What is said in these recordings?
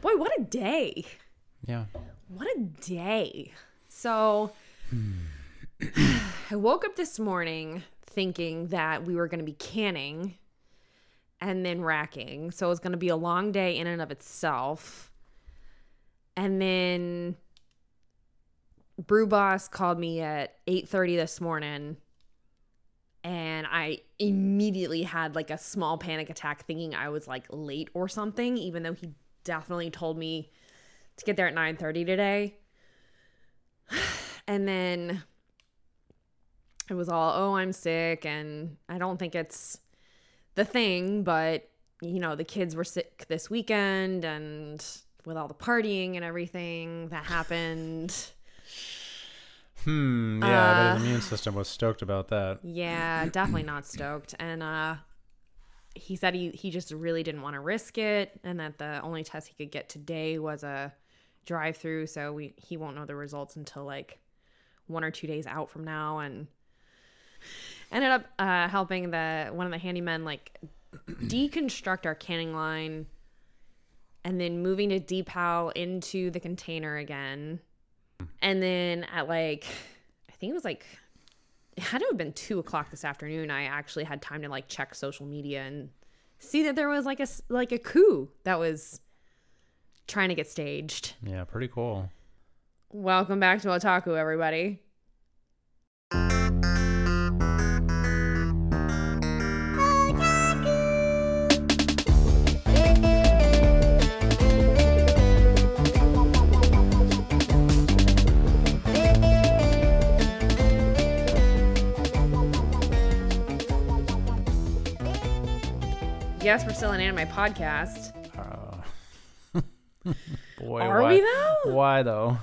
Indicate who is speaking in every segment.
Speaker 1: Boy, what a day.
Speaker 2: Yeah.
Speaker 1: What a day. So I woke up this morning thinking that we were going to be canning and then racking. So it was going to be a long day in and of itself. And then Brew Boss called me at 8:30 this morning and I immediately had like a small panic attack thinking I was like late or something even though he definitely told me to get there at 9:30 today. And then it was all, "Oh, I'm sick and I don't think it's the thing, but you know, the kids were sick this weekend and with all the partying and everything that happened.
Speaker 2: Hmm. Yeah. but
Speaker 1: Uh.
Speaker 2: his immune system was stoked about that.
Speaker 1: Yeah, definitely not stoked. And uh he said he he just really didn't want to risk it and that the only test he could get today was a drive through, so we he won't know the results until like one or two days out from now and ended up uh helping the one of the handymen like deconstruct our canning line and then moving to depow into the container again. And then at like I think it was like it had to have been two o'clock this afternoon. I actually had time to like check social media and see that there was like a s- like a coup that was trying to get staged.
Speaker 2: Yeah. Pretty cool.
Speaker 1: Welcome back to Otaku, everybody. Yes, we're still an anime podcast.
Speaker 2: Uh, boy.
Speaker 1: Are
Speaker 2: why,
Speaker 1: we though?
Speaker 2: Why though?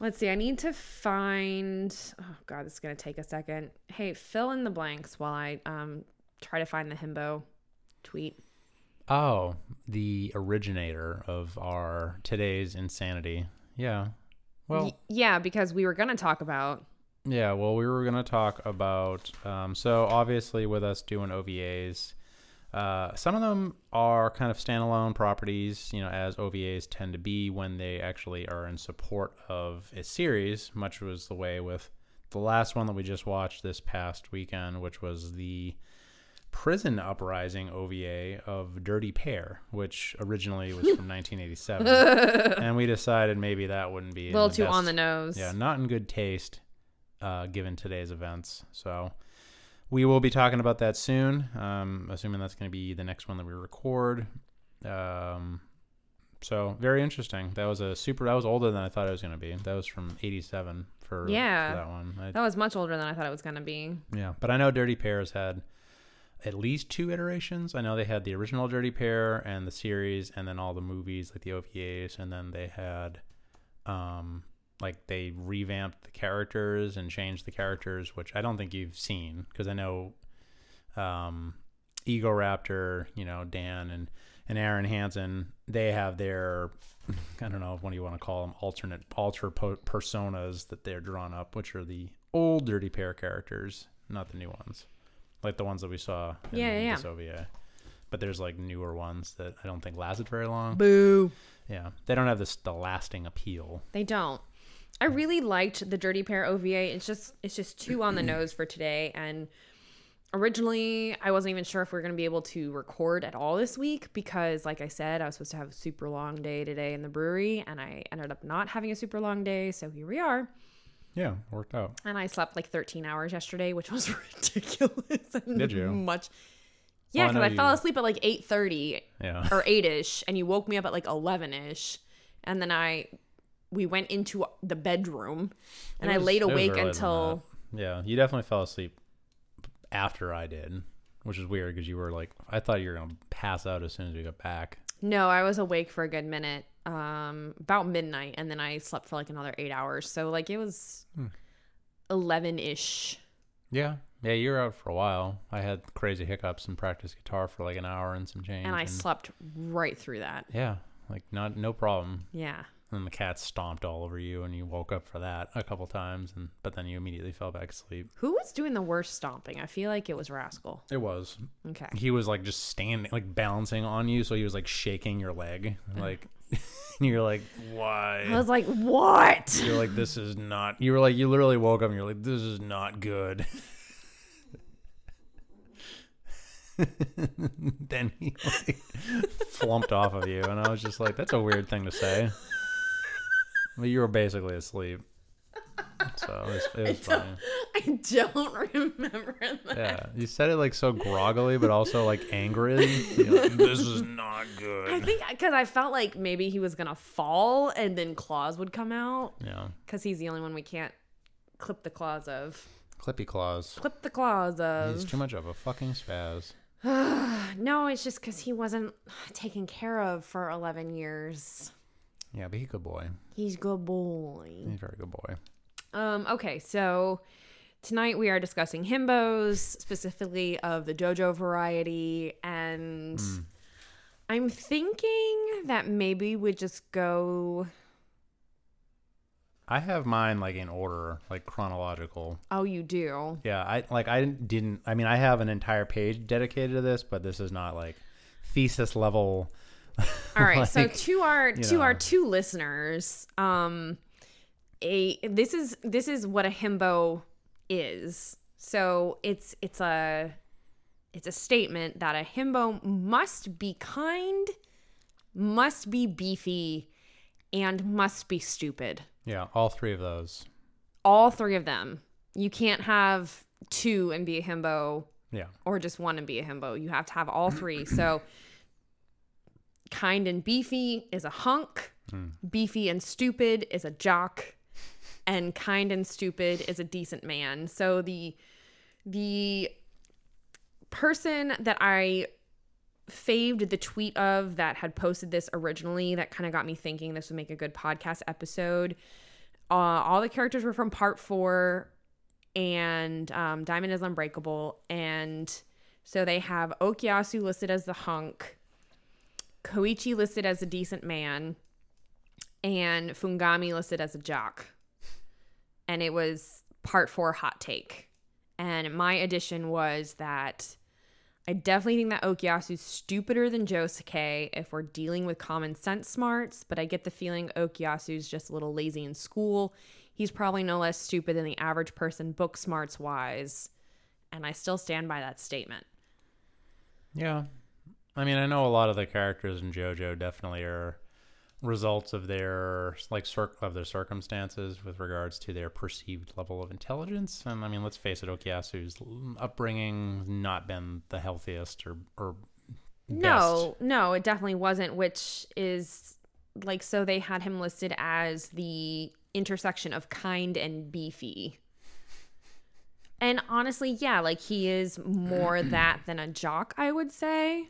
Speaker 1: Let's see. I need to find. Oh God, this is gonna take a second. Hey, fill in the blanks while I um try to find the himbo tweet.
Speaker 2: Oh, the originator of our today's insanity. Yeah. Well.
Speaker 1: Y- yeah, because we were gonna talk about
Speaker 2: Yeah, well, we were going to talk about. Um, so, obviously, with us doing OVAs, uh, some of them are kind of standalone properties, you know, as OVAs tend to be when they actually are in support of a series, much was the way with the last one that we just watched this past weekend, which was the Prison Uprising OVA of Dirty Pair, which originally was from 1987. and we decided maybe that wouldn't be
Speaker 1: a
Speaker 2: in
Speaker 1: little too on
Speaker 2: best-
Speaker 1: the nose.
Speaker 2: yeah, not in good taste, uh, given today's events. So we will be talking about that soon. Um, assuming that's going to be the next one that we record. Um, so very interesting. That was a super. That was older than I thought it was going to be. That was from '87 for, for
Speaker 1: Yeah.
Speaker 2: that one. I-
Speaker 1: That was much older than I thought it was gonna be.
Speaker 2: yeah, but I know Dirty Pair has had at least two iterations. I know they had the original Dirty Pair and the series, and then all the movies like the OVAs, and then they had, um, like they revamped the characters and changed the characters, which I don't think you've seen because I know, um, Ego Raptor, you know Dan and and Aaron Hansen, they have their I don't know what do you want to call them alternate alter po- personas that they're drawn up, which are the old Dirty Pair characters, not the new ones, like the ones that we saw in
Speaker 1: Yeah, yeah,
Speaker 2: this OVA. But there's like newer ones that I don't think lasted very long.
Speaker 1: Boo.
Speaker 2: yeah, they don't have this the lasting appeal.
Speaker 1: They don't. I really liked the Dirty Pair OVA. It's just it's just too on the nose for today. And originally, I wasn't even sure if we were going to be able to record at all this week because, like I said, I was supposed to have a super long day today in the brewery, and I ended up not having a super long day. So here we are.
Speaker 2: Yeah, worked out.
Speaker 1: And I slept like 13 hours yesterday, which was ridiculous. and
Speaker 2: Did you?
Speaker 1: Much. Yeah,
Speaker 2: Well, I
Speaker 1: because
Speaker 2: know
Speaker 1: I fell
Speaker 2: you-
Speaker 1: asleep at like 8:30
Speaker 2: Yeah,
Speaker 1: or eight ish, and you woke me up at like eleven ish, and then I we went into the bedroom, and
Speaker 2: It
Speaker 1: I
Speaker 2: was-
Speaker 1: laid
Speaker 2: it was
Speaker 1: awake
Speaker 2: earlier than
Speaker 1: until
Speaker 2: that. yeah, you definitely fell asleep after I did, which is weird because you were like, I thought you were gonna pass out as soon as we got back.
Speaker 1: no, I was awake for a good minute, um, about midnight, and then I slept for like another eight hours. So like it was
Speaker 2: Hmm.
Speaker 1: eleven ish.
Speaker 2: Yeah. Yeah, you were out for a while. I had crazy hiccups and practiced guitar for like an hour and some change.
Speaker 1: And I slept right through that.
Speaker 2: Yeah. Like not no problem.
Speaker 1: Yeah.
Speaker 2: And the cat stomped all over you, and you woke up for that a couple times, and but then you immediately fell back asleep.
Speaker 1: Who was doing the worst stomping? I feel like it was Rascal.
Speaker 2: It was.
Speaker 1: Okay.
Speaker 2: He was like just standing, like balancing on you, so he was like shaking your leg, like. and you're like, why?
Speaker 1: I was like, what?
Speaker 2: You're like, this is not. You were like, you literally woke up and you're like, this is not good. then he like, flumped off of you, and I was just like, that's a weird thing to say. But you were basically asleep, so it was, it was fine.
Speaker 1: I don't remember that.
Speaker 2: Yeah, you said it like so groggily, but also like angrily. You're like, this is not
Speaker 1: I
Speaker 2: good.
Speaker 1: think because I felt like maybe he was gonna fall and then claws would come out
Speaker 2: Yeah,
Speaker 1: because he's the only one we can't clip the claws of.
Speaker 2: Clippy claws.
Speaker 1: Clip the claws
Speaker 2: He's
Speaker 1: of.
Speaker 2: too much of a fucking spaz.
Speaker 1: no, it's just because he wasn't taken care of for 11 years.
Speaker 2: Yeah, but he's a good boy.
Speaker 1: He's good boy.
Speaker 2: He's a very good boy.
Speaker 1: Um, okay, so tonight we are discussing himbos, specifically of the dojo variety, and I'm thinking that maybe we just go.
Speaker 2: I have mine like in order, like chronological.
Speaker 1: Oh, you do.
Speaker 2: Yeah, I like I didn't. I mean, I have an entire page dedicated to this, but this is not like thesis level.
Speaker 1: All right, so
Speaker 2: Like,
Speaker 1: to our to
Speaker 2: know.
Speaker 1: our two listeners, um, a this is this is what a himbo is. So it's it's a it's a statement that a himbo must be kind, must be beefy, and must be stupid.
Speaker 2: Yeah, all three of those.
Speaker 1: All three of them. You can't have two and be a himbo
Speaker 2: Yeah,
Speaker 1: or just one and be a himbo. You have to have all three. So kind and beefy is a hunk, beefy and stupid is a jock, and kind and stupid is a decent man. So the the person that I faved the tweet of that had posted this originally that kind of got me thinking this would make a good podcast episode. Uh, all the characters were from part four and um, Diamond is Unbreakable. And so they have Okyasu listed as the hunk, Koichi listed as a decent man, and Fungami listed as a jock. And it was part four hot take. And my addition was that I definitely think that Okyasu's stupider than Josuke if we're dealing with common sense smarts, but I get the feeling Okyasu's just a little lazy in school. He's probably no less stupid than the average person book smarts wise, and I still stand by that statement.
Speaker 2: yeah. I mean, I know a lot of the characters in JoJo definitely are results of their like cir- of their circumstances with regards to their perceived level of intelligence. And I mean, let's face it, Okiyasu's upbringing not been the healthiest or or
Speaker 1: No, no, it definitely wasn't, which is like so they had him listed as the intersection of kind and beefy. And honestly, yeah, like he is more that than a jock, I would say.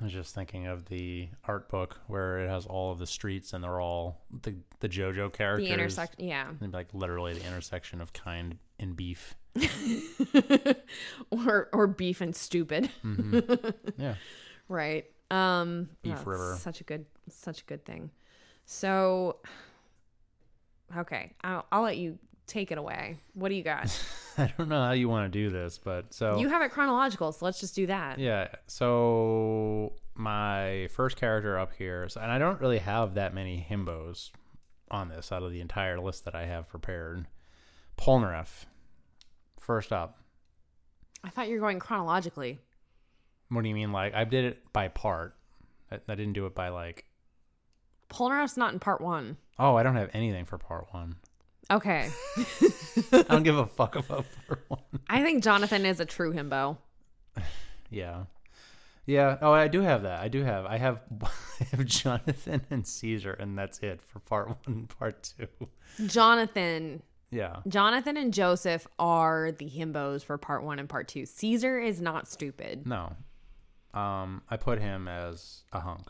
Speaker 2: I was just thinking of the art book where it has all of the streets and they're all the the JoJo characters.
Speaker 1: The intersection, yeah.
Speaker 2: And, Like literally the intersection of kind and beef.
Speaker 1: or or beef and stupid.
Speaker 2: Yeah.
Speaker 1: Right. Um
Speaker 2: Beef
Speaker 1: that's
Speaker 2: River.
Speaker 1: Such a good such a good thing. So okay, I'll, I'll let you take it away. What do you got?
Speaker 2: I don't know how you want to do this, but so
Speaker 1: you have it chronological, so let's just do that.
Speaker 2: yeah. So my first character up here, so, and I don't really have that many himbos on this out of the entire list that I have prepared. Polnareff, first up.
Speaker 1: I thought you were going chronologically.
Speaker 2: What do you mean? Like I did it by part. I, I didn't do it by like.
Speaker 1: Polnareff's not in part one.
Speaker 2: Oh, I don't have anything for part one.
Speaker 1: Okay.
Speaker 2: I don't give a fuck about part one.
Speaker 1: I think Jonathan is a true himbo.
Speaker 2: Yeah. Yeah. Oh, I do have that. I do have. I have, I have Jonathan and Caesar, and that's it for part one and part two.
Speaker 1: Jonathan
Speaker 2: Yeah.
Speaker 1: Jonathan and Joseph are the himbos for part one and part two. Caesar is not stupid.
Speaker 2: No. Um, I put him as a hunk.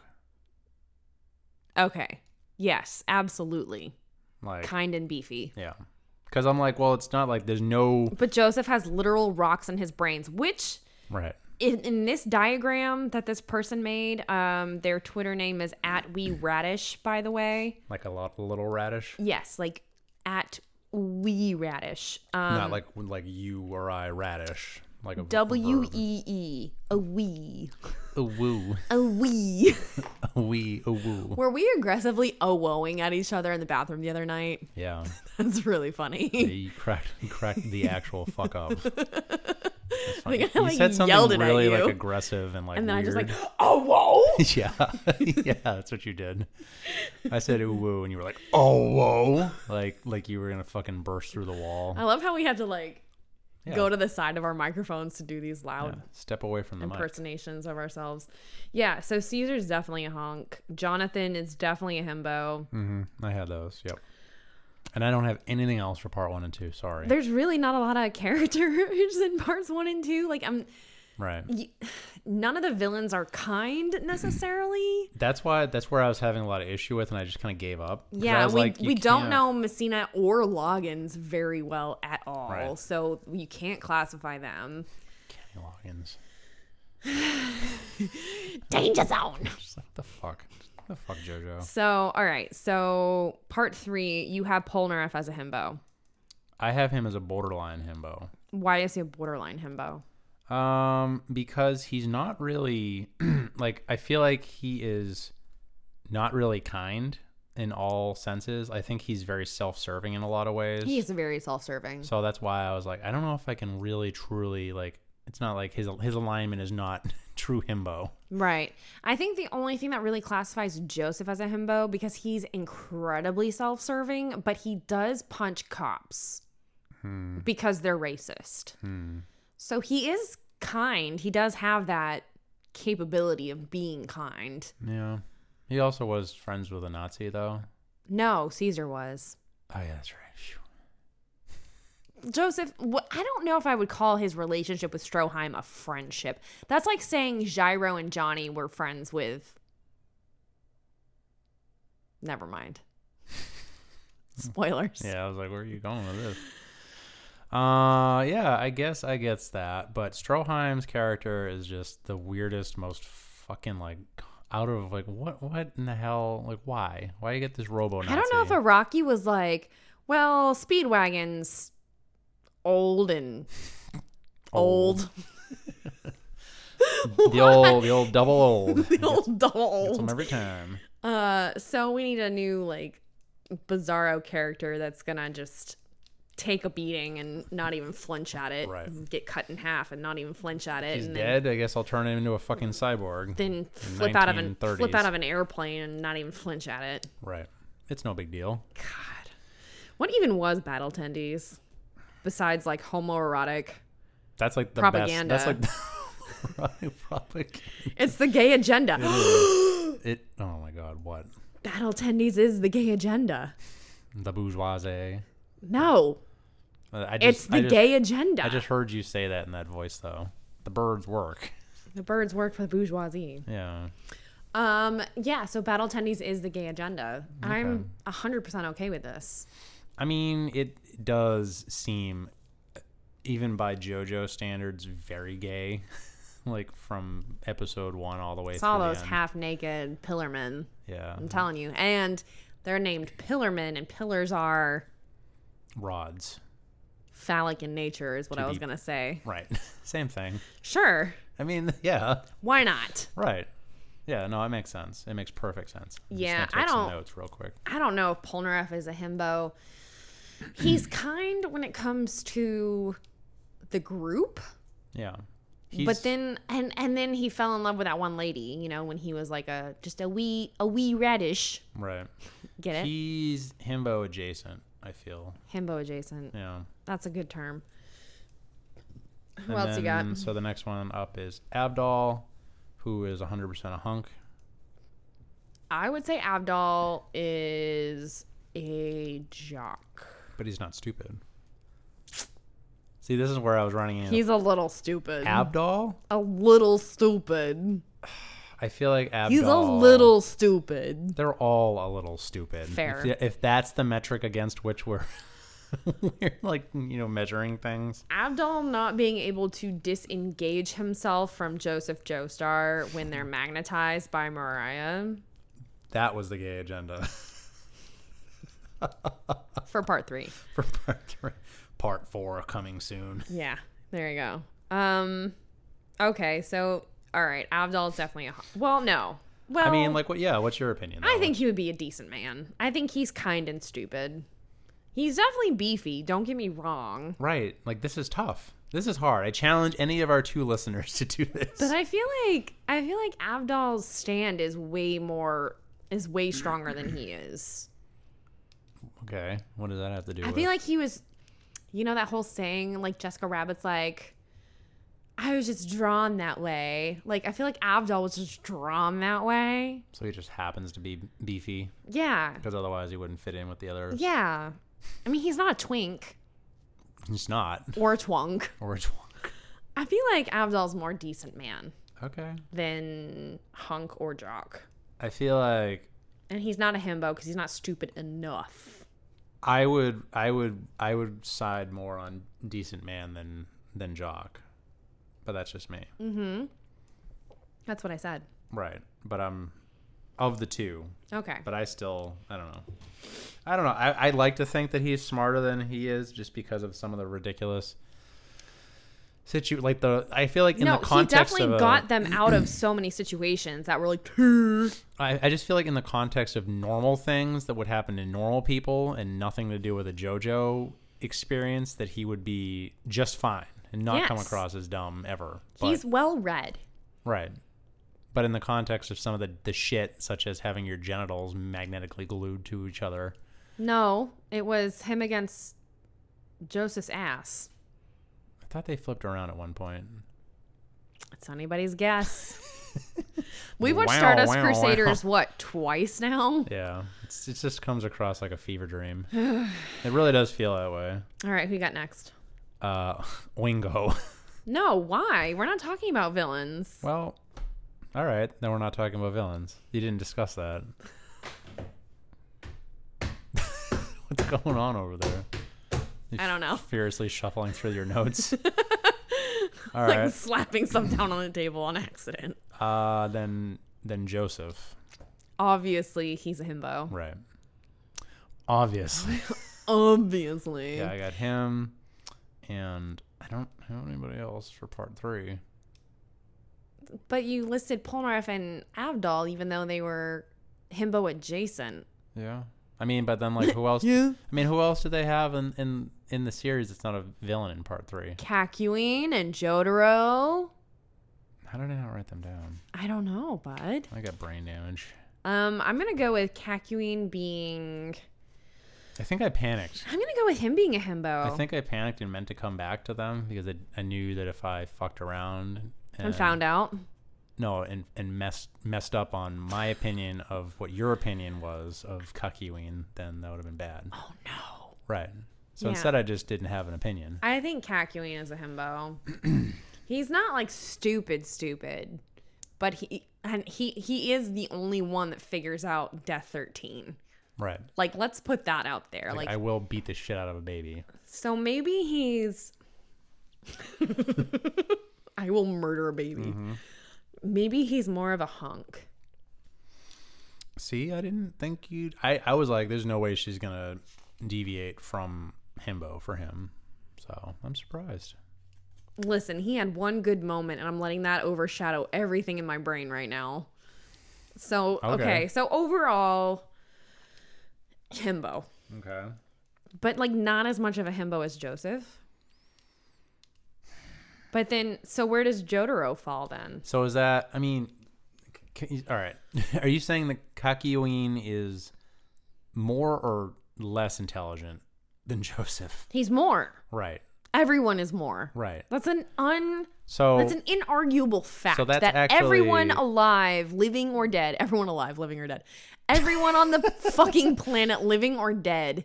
Speaker 1: Okay. Yes, absolutely.
Speaker 2: Like,
Speaker 1: Kind and beefy.
Speaker 2: yeah. Because I'm like, well, it's not like there's no.
Speaker 1: But Joseph has literal rocks in his brains, which
Speaker 2: Right.
Speaker 1: in, in this diagram that this person made, um, their Twitter name is at we radish. By the way,
Speaker 2: like a lot little radish,
Speaker 1: yes, like at we radish. Um,
Speaker 2: not like like you or I radish, like a v-
Speaker 1: W
Speaker 2: verb.
Speaker 1: E E a wee
Speaker 2: a woo
Speaker 1: a wee.
Speaker 2: a wee a woo.
Speaker 1: Were we aggressively awoing at each other in the bathroom the other night?
Speaker 2: Yeah,
Speaker 1: That's really funny.
Speaker 2: he cracked he cracked the actual fuck up. That's funny.
Speaker 1: Like, I,
Speaker 2: He
Speaker 1: like,
Speaker 2: said something
Speaker 1: yelled it at
Speaker 2: really
Speaker 1: you.
Speaker 2: like aggressive and like
Speaker 1: And then
Speaker 2: weird.
Speaker 1: I just like, oh whoa.
Speaker 2: Yeah, yeah, that's what you did. I said ooh woo, and you were like, oh whoa, like like you were gonna fucking burst through the wall.
Speaker 1: I love how we had to like
Speaker 2: Yeah.
Speaker 1: go to the side of our microphones to do these
Speaker 2: Yeah,
Speaker 1: loud
Speaker 2: Step away from the mic.
Speaker 1: impersonations of ourselves. Yeah, so Caesar's definitely a honk. Jonathan is definitely a himbo.
Speaker 2: hmm I had those. Yep. And I don't have anything else for part one and two. Sorry.
Speaker 1: There's really not a lot of characters in parts one and two. Like I'm,
Speaker 2: right.
Speaker 1: y- none of the villains are kind necessarily.
Speaker 2: That's why. That's where I was having a lot of issue with, and I just kind of gave up. 'Cause I
Speaker 1: Yeah,
Speaker 2: was
Speaker 1: we,
Speaker 2: like, you
Speaker 1: we don't
Speaker 2: can't-
Speaker 1: know Messina or Loggins very well at all,
Speaker 2: Right.
Speaker 1: so you can't classify them.
Speaker 2: Kenny Loggins.
Speaker 1: Danger zone.
Speaker 2: Just like the fuck. The fuck, JoJo.
Speaker 1: So, all right. So, part three, you have Polnareff as a himbo.
Speaker 2: I have him as a borderline himbo.
Speaker 1: Why is he a borderline himbo?
Speaker 2: Um, because he's not really like I feel like he is not really kind in all senses. I think he's very self-serving in a lot of ways.
Speaker 1: He is very self-serving.
Speaker 2: so that's why I was like, I don't know if I can really truly like. It's not like his his alignment is not true himbo.
Speaker 1: Right. I think the only thing that really classifies Joseph as a himbo because he's incredibly self-serving, but he does punch cops because they're racist. So he is kind. He does have that capability of being kind.
Speaker 2: Yeah. He also was friends with a Nazi though.
Speaker 1: No, Caesar was.
Speaker 2: Oh yeah, that's right. Phew.
Speaker 1: Joseph, wh- I don't know if I would call his relationship with Stroheim a friendship. That's like saying Gyro and Johnny were friends with. Never mind. Spoilers.
Speaker 2: Yeah, I was like, where are you going with this? Uh, yeah, I guess I gets that, but Stroheim's character is just the weirdest, most fucking like out of like what what in the hell like why why you get this robo?
Speaker 1: I don't know if Iraqi was like, well, Speedwagon's old and old.
Speaker 2: the old the old double old
Speaker 1: the old
Speaker 2: Gets 'em
Speaker 1: doll.
Speaker 2: every time.
Speaker 1: Uh, so we need a new, like, bizarro character that's gonna just take a beating and not even flinch at it.
Speaker 2: Right.
Speaker 1: and Get cut in half and not even flinch at it.
Speaker 2: He's
Speaker 1: and
Speaker 2: dead. I guess I'll turn him into a fucking cyborg.
Speaker 1: Then, then flip out of an flip
Speaker 2: 1930s.
Speaker 1: out of an airplane and not even flinch at it.
Speaker 2: right. It's no big deal.
Speaker 1: God. What even was battle tendies? Besides like homoerotic.
Speaker 2: That's like the
Speaker 1: Propaganda.
Speaker 2: best. That's like the propaganda.
Speaker 1: It's the gay agenda.
Speaker 2: It. Oh my God. What
Speaker 1: battle tendies is the gay agenda.
Speaker 2: the bourgeoisie.
Speaker 1: No.
Speaker 2: Uh, I just,
Speaker 1: It's
Speaker 2: I
Speaker 1: the
Speaker 2: just-
Speaker 1: gay agenda.
Speaker 2: I just heard you say that in that voice, though. The birds work.
Speaker 1: the birds work for the bourgeoisie.
Speaker 2: Yeah.
Speaker 1: Um, yeah, so battle tendies is the gay agenda. I'm 100% okay with this.
Speaker 2: I mean, it does seem, uh, even by JoJo standards, very gay. like from episode one all the way
Speaker 1: It's all
Speaker 2: through. the
Speaker 1: those
Speaker 2: end.
Speaker 1: half naked pillarmen,
Speaker 2: yeah.
Speaker 1: I'm telling you. And they're named pillarmen, and pillars are
Speaker 2: Rods.
Speaker 1: phallic in nature, is what I was
Speaker 2: be-
Speaker 1: going to say.
Speaker 2: Right. Same thing.
Speaker 1: Sure,
Speaker 2: I mean, yeah.
Speaker 1: why not?
Speaker 2: Right. Yeah. No, it makes sense. It makes perfect sense. I'm just
Speaker 1: Yeah,
Speaker 2: gonna
Speaker 1: I
Speaker 2: take some
Speaker 1: don't-
Speaker 2: notes real quick.
Speaker 1: I don't know if Polnareff is a himbo. He's kind when it comes to the group.
Speaker 2: Yeah.
Speaker 1: but
Speaker 2: He's-
Speaker 1: then and and then he fell in love with that one lady, you know, when he was like a just a wee a wee radish.
Speaker 2: Right.
Speaker 1: Get it?
Speaker 2: He's himbo adjacent. I feel.
Speaker 1: Himbo adjacent.
Speaker 2: Yeah.
Speaker 1: That's a good term. Who
Speaker 2: And
Speaker 1: else you got?
Speaker 2: then- So the next one up is Abdal, who is 100% a hunk.
Speaker 1: I would say Abdal is a jock.
Speaker 2: but he's not stupid. See, this is where I was running in.
Speaker 1: He's a little stupid.
Speaker 2: Abdal.
Speaker 1: a little stupid.
Speaker 2: I feel like Abdal.
Speaker 1: He's a little stupid.
Speaker 2: They're all a little stupid.
Speaker 1: Fair.
Speaker 2: If, if that's the metric against which we're weird, like you know, measuring things.
Speaker 1: Abdul not being able to disengage himself from Joseph Joestar when they're magnetized by Mariah
Speaker 2: That was the gay agenda
Speaker 1: for part three.
Speaker 2: for part three. Part four coming soon.
Speaker 1: Yeah, there you go. Um, okay, so all right, Abdul's definitely a ho- well, no, well,
Speaker 2: I mean, like, what? Yeah, what's your opinion?
Speaker 1: Oh. I
Speaker 2: though?
Speaker 1: think he would be a decent man. I think he's kind and stupid. He's definitely beefy. Don't get me wrong,
Speaker 2: right. Like, this is tough. This is hard. I challenge any of our two listeners to do this.
Speaker 1: but I feel like I feel like Abdul's stand is way more is way stronger than he is.
Speaker 2: okay, what does that have to do?
Speaker 1: I
Speaker 2: with?
Speaker 1: feel like he was, you know, that whole saying, like Jessica Rabbit's like, I was just drawn that way. Like, I feel like Abdul was just drawn that way.
Speaker 2: so he just happens to be beefy
Speaker 1: Yeah.
Speaker 2: because otherwise he wouldn't fit in with the others.
Speaker 1: Yeah. I mean, he's not a twink
Speaker 2: He's not.
Speaker 1: or a twunk.
Speaker 2: Or a twonk.
Speaker 1: I feel like Abdul's more decent man
Speaker 2: Okay.
Speaker 1: than hunk or jock.
Speaker 2: I feel like
Speaker 1: And he's not a himbo because he's not stupid enough.
Speaker 2: I would I would I would side more on decent man than than jock. But that's just me.
Speaker 1: Mm. That's what I said.
Speaker 2: Right. But I'm of the two,
Speaker 1: Okay.
Speaker 2: but I still I don't know. I don't know. I, I like to think that he's smarter than he is just because of some of the ridiculous situ like the I feel like in
Speaker 1: no,
Speaker 2: the
Speaker 1: he
Speaker 2: context
Speaker 1: definitely
Speaker 2: of a-
Speaker 1: got them out of so many situations that were like, "Huh."
Speaker 2: I, I just feel like in the context of normal things that would happen to normal people and nothing to do with a JoJo experience, that he would be just fine and not come
Speaker 1: Yes.
Speaker 2: across as dumb ever. But,
Speaker 1: he's well read.
Speaker 2: right. But in the context of some of the, the shit, such as having your genitals magnetically glued to each other,
Speaker 1: No, it was him against Joseph's ass.
Speaker 2: I thought they flipped around at one point.
Speaker 1: It's anybody's guess. We've watched
Speaker 2: Wow,
Speaker 1: Stardust
Speaker 2: wow, wow.
Speaker 1: Crusaders what twice now.
Speaker 2: Yeah. It's, it just comes across like a fever dream. it really does feel that way.
Speaker 1: All right, who you got next?
Speaker 2: Uh, Wingo.
Speaker 1: No, why? We're not talking about villains.
Speaker 2: Well, all right. Then we're not talking about villains. You didn't discuss that. What's going on over there? You
Speaker 1: I don't know.
Speaker 2: Furiously shuffling through your notes. all
Speaker 1: Like
Speaker 2: right.
Speaker 1: slapping stuff down on the table on accident.
Speaker 2: Uh, then then Joseph.
Speaker 1: Obviously, he's a himbo.
Speaker 2: Right. Obviously.
Speaker 1: Obviously.
Speaker 2: yeah, I got him, and I don't have anybody else for part three.
Speaker 1: But you listed Polnareff and Abdal, even though they were himbo adjacent.
Speaker 2: Yeah. I mean, but then like who else?
Speaker 1: Yeah.
Speaker 2: I mean, who else do they have in in in the series that's not a villain in part three?
Speaker 1: Kakuin and Jotaro.
Speaker 2: How did I not write them down?
Speaker 1: I don't know, bud.
Speaker 2: I got brain damage.
Speaker 1: Um, I'm gonna go with Kakuin being.
Speaker 2: I think I panicked.
Speaker 1: I'm gonna go with him being a himbo.
Speaker 2: I think I panicked and meant to come back to them because I, I knew that if I fucked around and,
Speaker 1: and found out.
Speaker 2: no and, and messed messed up on my opinion of what your opinion was of Kakiween, then that would have been bad.
Speaker 1: Oh no.
Speaker 2: Right. So
Speaker 1: Yeah.
Speaker 2: instead, I just didn't have an opinion.
Speaker 1: I think Kakuin is a himbo. He's not like stupid, stupid, but he and he he is the only one that figures out Death Thirteen.
Speaker 2: Right.
Speaker 1: Like, let's put that out there.
Speaker 2: Like,
Speaker 1: Like,
Speaker 2: I will beat the shit out of a baby.
Speaker 1: so maybe he's. I will murder a baby. Maybe he's more of a hunk.
Speaker 2: See, I didn't think you'd. I, I was like, there's no way she's gonna deviate from himbo for him. So I'm surprised.
Speaker 1: Listen, he had one good moment, and I'm letting that overshadow everything in my brain right now. So, okay.
Speaker 2: Okay.
Speaker 1: So, overall, himbo,
Speaker 2: Okay.
Speaker 1: but like not as much of a himbo as Joseph. But then, so where does Jotaro fall then?
Speaker 2: So is that? I mean, can you, all right. Are you saying that Kakyoin is more or less intelligent than Joseph?
Speaker 1: He's more.
Speaker 2: Right.
Speaker 1: Everyone is more.
Speaker 2: Right.
Speaker 1: That's an un.
Speaker 2: So
Speaker 1: That's an inarguable fact
Speaker 2: So that's
Speaker 1: that
Speaker 2: actually-
Speaker 1: everyone alive, living or dead, everyone alive, living or dead, everyone on the fucking planet, living or dead,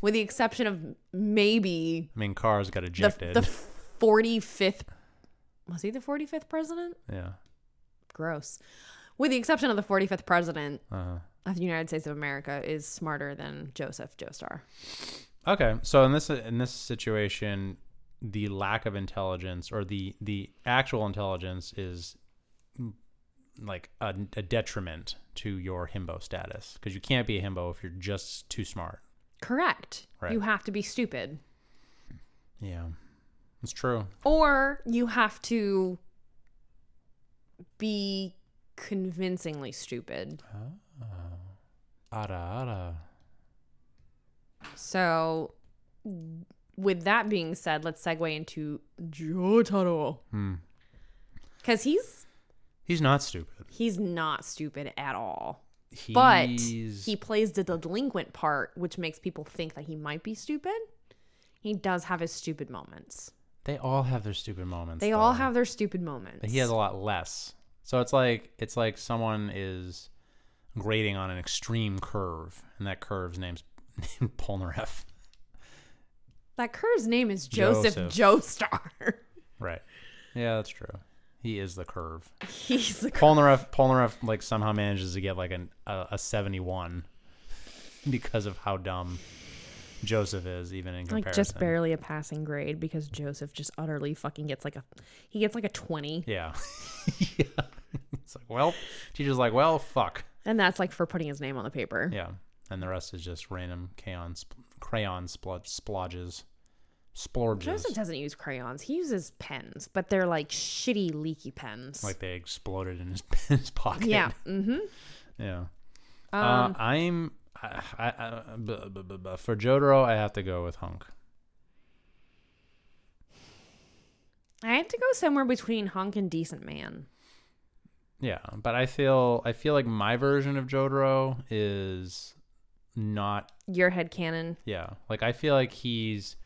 Speaker 1: with the exception of maybe
Speaker 2: I mean, Cars got
Speaker 1: the,
Speaker 2: ejected.
Speaker 1: the 45th, was he the 45th president?
Speaker 2: yeah.
Speaker 1: Gross. With the exception of the 45th president
Speaker 2: Uh,
Speaker 1: of the United States of America, is smarter than Joseph Joestar.
Speaker 2: Okay, so in this in this situation, the lack of intelligence or the the actual intelligence is mm, like a, a detriment to your himbo status because you can't be a himbo if you're just too smart.
Speaker 1: Correct.
Speaker 2: Right.
Speaker 1: You have to be stupid.
Speaker 2: Yeah, it's true.
Speaker 1: Or you have to be convincingly stupid.
Speaker 2: Ada ada.
Speaker 1: So, with that being said, let's segue into Jotaro.
Speaker 2: Hmm.
Speaker 1: Because he's
Speaker 2: He's not stupid.
Speaker 1: he's not stupid at all.
Speaker 2: He's,
Speaker 1: But he plays the delinquent part, which makes people think that he might be stupid. He does have his stupid moments.
Speaker 2: they all have their stupid moments.
Speaker 1: They
Speaker 2: though.
Speaker 1: all have their stupid moments.
Speaker 2: But he has a lot less. So it's like it's like someone is grading on an extreme curve, and that curve's name's named Polnareff.
Speaker 1: that cur's name is Joseph,
Speaker 2: Joseph.
Speaker 1: Joestar.
Speaker 2: Right. Yeah, that's true. He is the curve.
Speaker 1: he's the
Speaker 2: Polnareff Polnareff like somehow manages to get like an, a a seventy one because of how dumb Joseph is, even in comparison.
Speaker 1: like just barely a passing grade because Joseph just utterly fucking gets like a he gets like a 20
Speaker 2: Yeah. yeah. It's like well, teacher's like well, fuck.
Speaker 1: and that's like for putting his name on the paper.
Speaker 2: Yeah, and the rest is just random crayon spl- crayon spl- splodges, splorges.
Speaker 1: Joseph doesn't use crayons. He uses pens, but they're like shitty leaky pens.
Speaker 2: like they exploded in his, his pocket.
Speaker 1: yeah. Mhm.
Speaker 2: yeah. uh, I'm I, I, I, bu- bu- bu- bu- for Jotaro. I have to go with Hunk.
Speaker 1: I have to go somewhere between hunk and decent man.
Speaker 2: Yeah, but I feel I feel like my version of Jotaro is not.
Speaker 1: Your head cannon.
Speaker 2: Yeah, like I feel like he's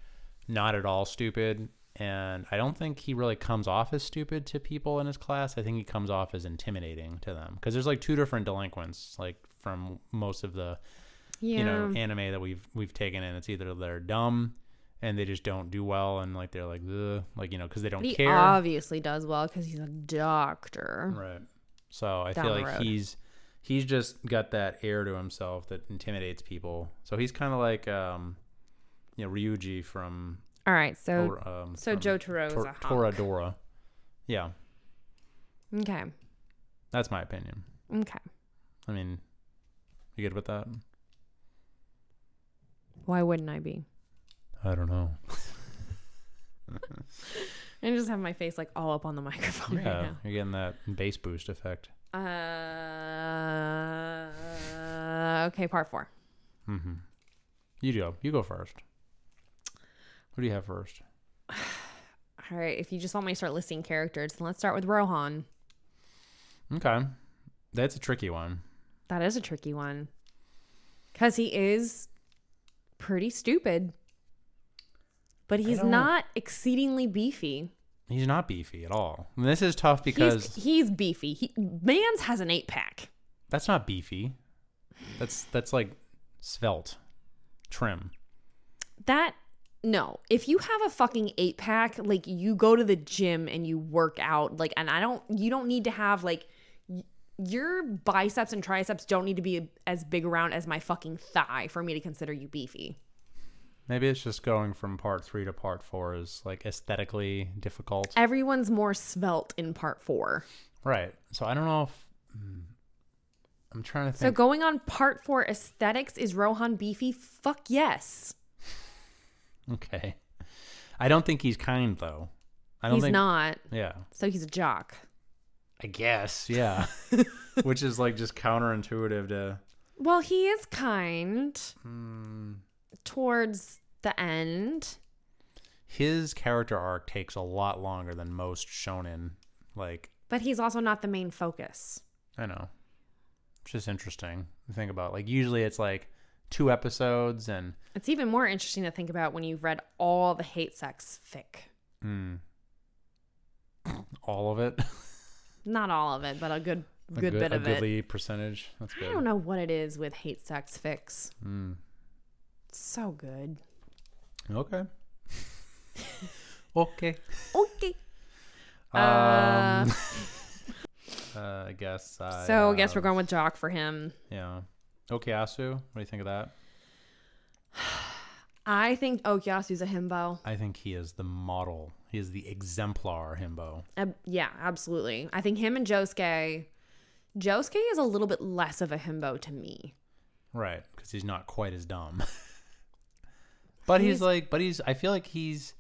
Speaker 2: not at all stupid. And I don't think he really comes off as stupid to people in his class. I think he comes off as intimidating to them because there's like two different delinquents, like from most of the
Speaker 1: Yeah.
Speaker 2: you know anime that we've we've taken in it's either they're dumb and they just don't do well and like they're like Ugh, like you know because they don't
Speaker 1: he
Speaker 2: care Mm-hmm.
Speaker 1: obviously does well because he's a doctor.
Speaker 2: right so i
Speaker 1: Down
Speaker 2: feel
Speaker 1: the
Speaker 2: like
Speaker 1: road.
Speaker 2: he's he's just got that air to himself that intimidates people so he's kind of like um you know ryuji from
Speaker 1: All right, so
Speaker 2: or, um
Speaker 1: so
Speaker 2: from
Speaker 1: Jotaro is
Speaker 2: Tor-
Speaker 1: a hunk.
Speaker 2: toradora yeah
Speaker 1: okay,
Speaker 2: that's my opinion
Speaker 1: okay.
Speaker 2: i mean you good with that
Speaker 1: Why wouldn't I be?
Speaker 2: i don't know
Speaker 1: I just have my face like all up on the microphone
Speaker 2: yeah
Speaker 1: right now.
Speaker 2: you're getting that bass boost effect
Speaker 1: Uh, okay, part four.
Speaker 2: Mm-hmm. You go. You go first. What do you have first?
Speaker 1: All right, if you just want me to start listing characters, then let's start with Rohan.
Speaker 2: Okay, that's a tricky one.
Speaker 1: That is a tricky one. Because he is pretty stupid, but he's
Speaker 2: don't-
Speaker 1: not exceedingly beefy.
Speaker 2: He's not beefy at all. And this is tough because
Speaker 1: He's, he's beefy. He, Mans has an eight pack.
Speaker 2: that's not beefy. That's that's like svelte, trim.
Speaker 1: That, no. If you have a fucking eight pack, like you go to the gym and you work out, like, and I don't, you don't need to have like, y- your biceps and triceps don't need to be as big around as my fucking thigh for me to consider you beefy.
Speaker 2: Maybe it's just going from part three to part four is like aesthetically difficult.
Speaker 1: Everyone's more svelte in part four.
Speaker 2: Right. So I don't know if mm, I'm trying to
Speaker 1: So
Speaker 2: think.
Speaker 1: going on part four aesthetics is Rohan beefy? Fuck yes.
Speaker 2: okay. I don't think he's kind though. I don't
Speaker 1: He's
Speaker 2: think.
Speaker 1: not.
Speaker 2: Yeah.
Speaker 1: So he's a jock.
Speaker 2: I guess, yeah. Which is like just counterintuitive to.
Speaker 1: Well, he is kind
Speaker 2: Hmm.
Speaker 1: towards the end.
Speaker 2: His character arc takes a lot longer than most shonen. Like,
Speaker 1: But he's also not the main focus.
Speaker 2: I know. It's just interesting to think about. Like, usually it's like two episodes and.
Speaker 1: It's even more interesting to think about when you've read all the hate sex fic.
Speaker 2: mm, all of it.
Speaker 1: Not all of it, but a good
Speaker 2: A
Speaker 1: good, bit
Speaker 2: a
Speaker 1: of it.
Speaker 2: goodly percentage. That's good.
Speaker 1: I don't know what it is with hate sex fics.
Speaker 2: Mm.
Speaker 1: It's so good.
Speaker 2: Okay. okay.
Speaker 1: Okay.
Speaker 2: Um,
Speaker 1: Uh,
Speaker 2: uh, I guess. I,
Speaker 1: So I guess
Speaker 2: uh,
Speaker 1: we're going with jock for him.
Speaker 2: Yeah. Okayasu, what do you think of that?
Speaker 1: I think Okyasu's a himbo.
Speaker 2: I think he is the model. He is the exemplar himbo.
Speaker 1: Ab- yeah, absolutely. I think him and Josuke. Josuke is a little bit less of a himbo to me.
Speaker 2: Right, because he's not quite as dumb. but he's,
Speaker 1: He's-
Speaker 2: like, but he's. I feel like he's.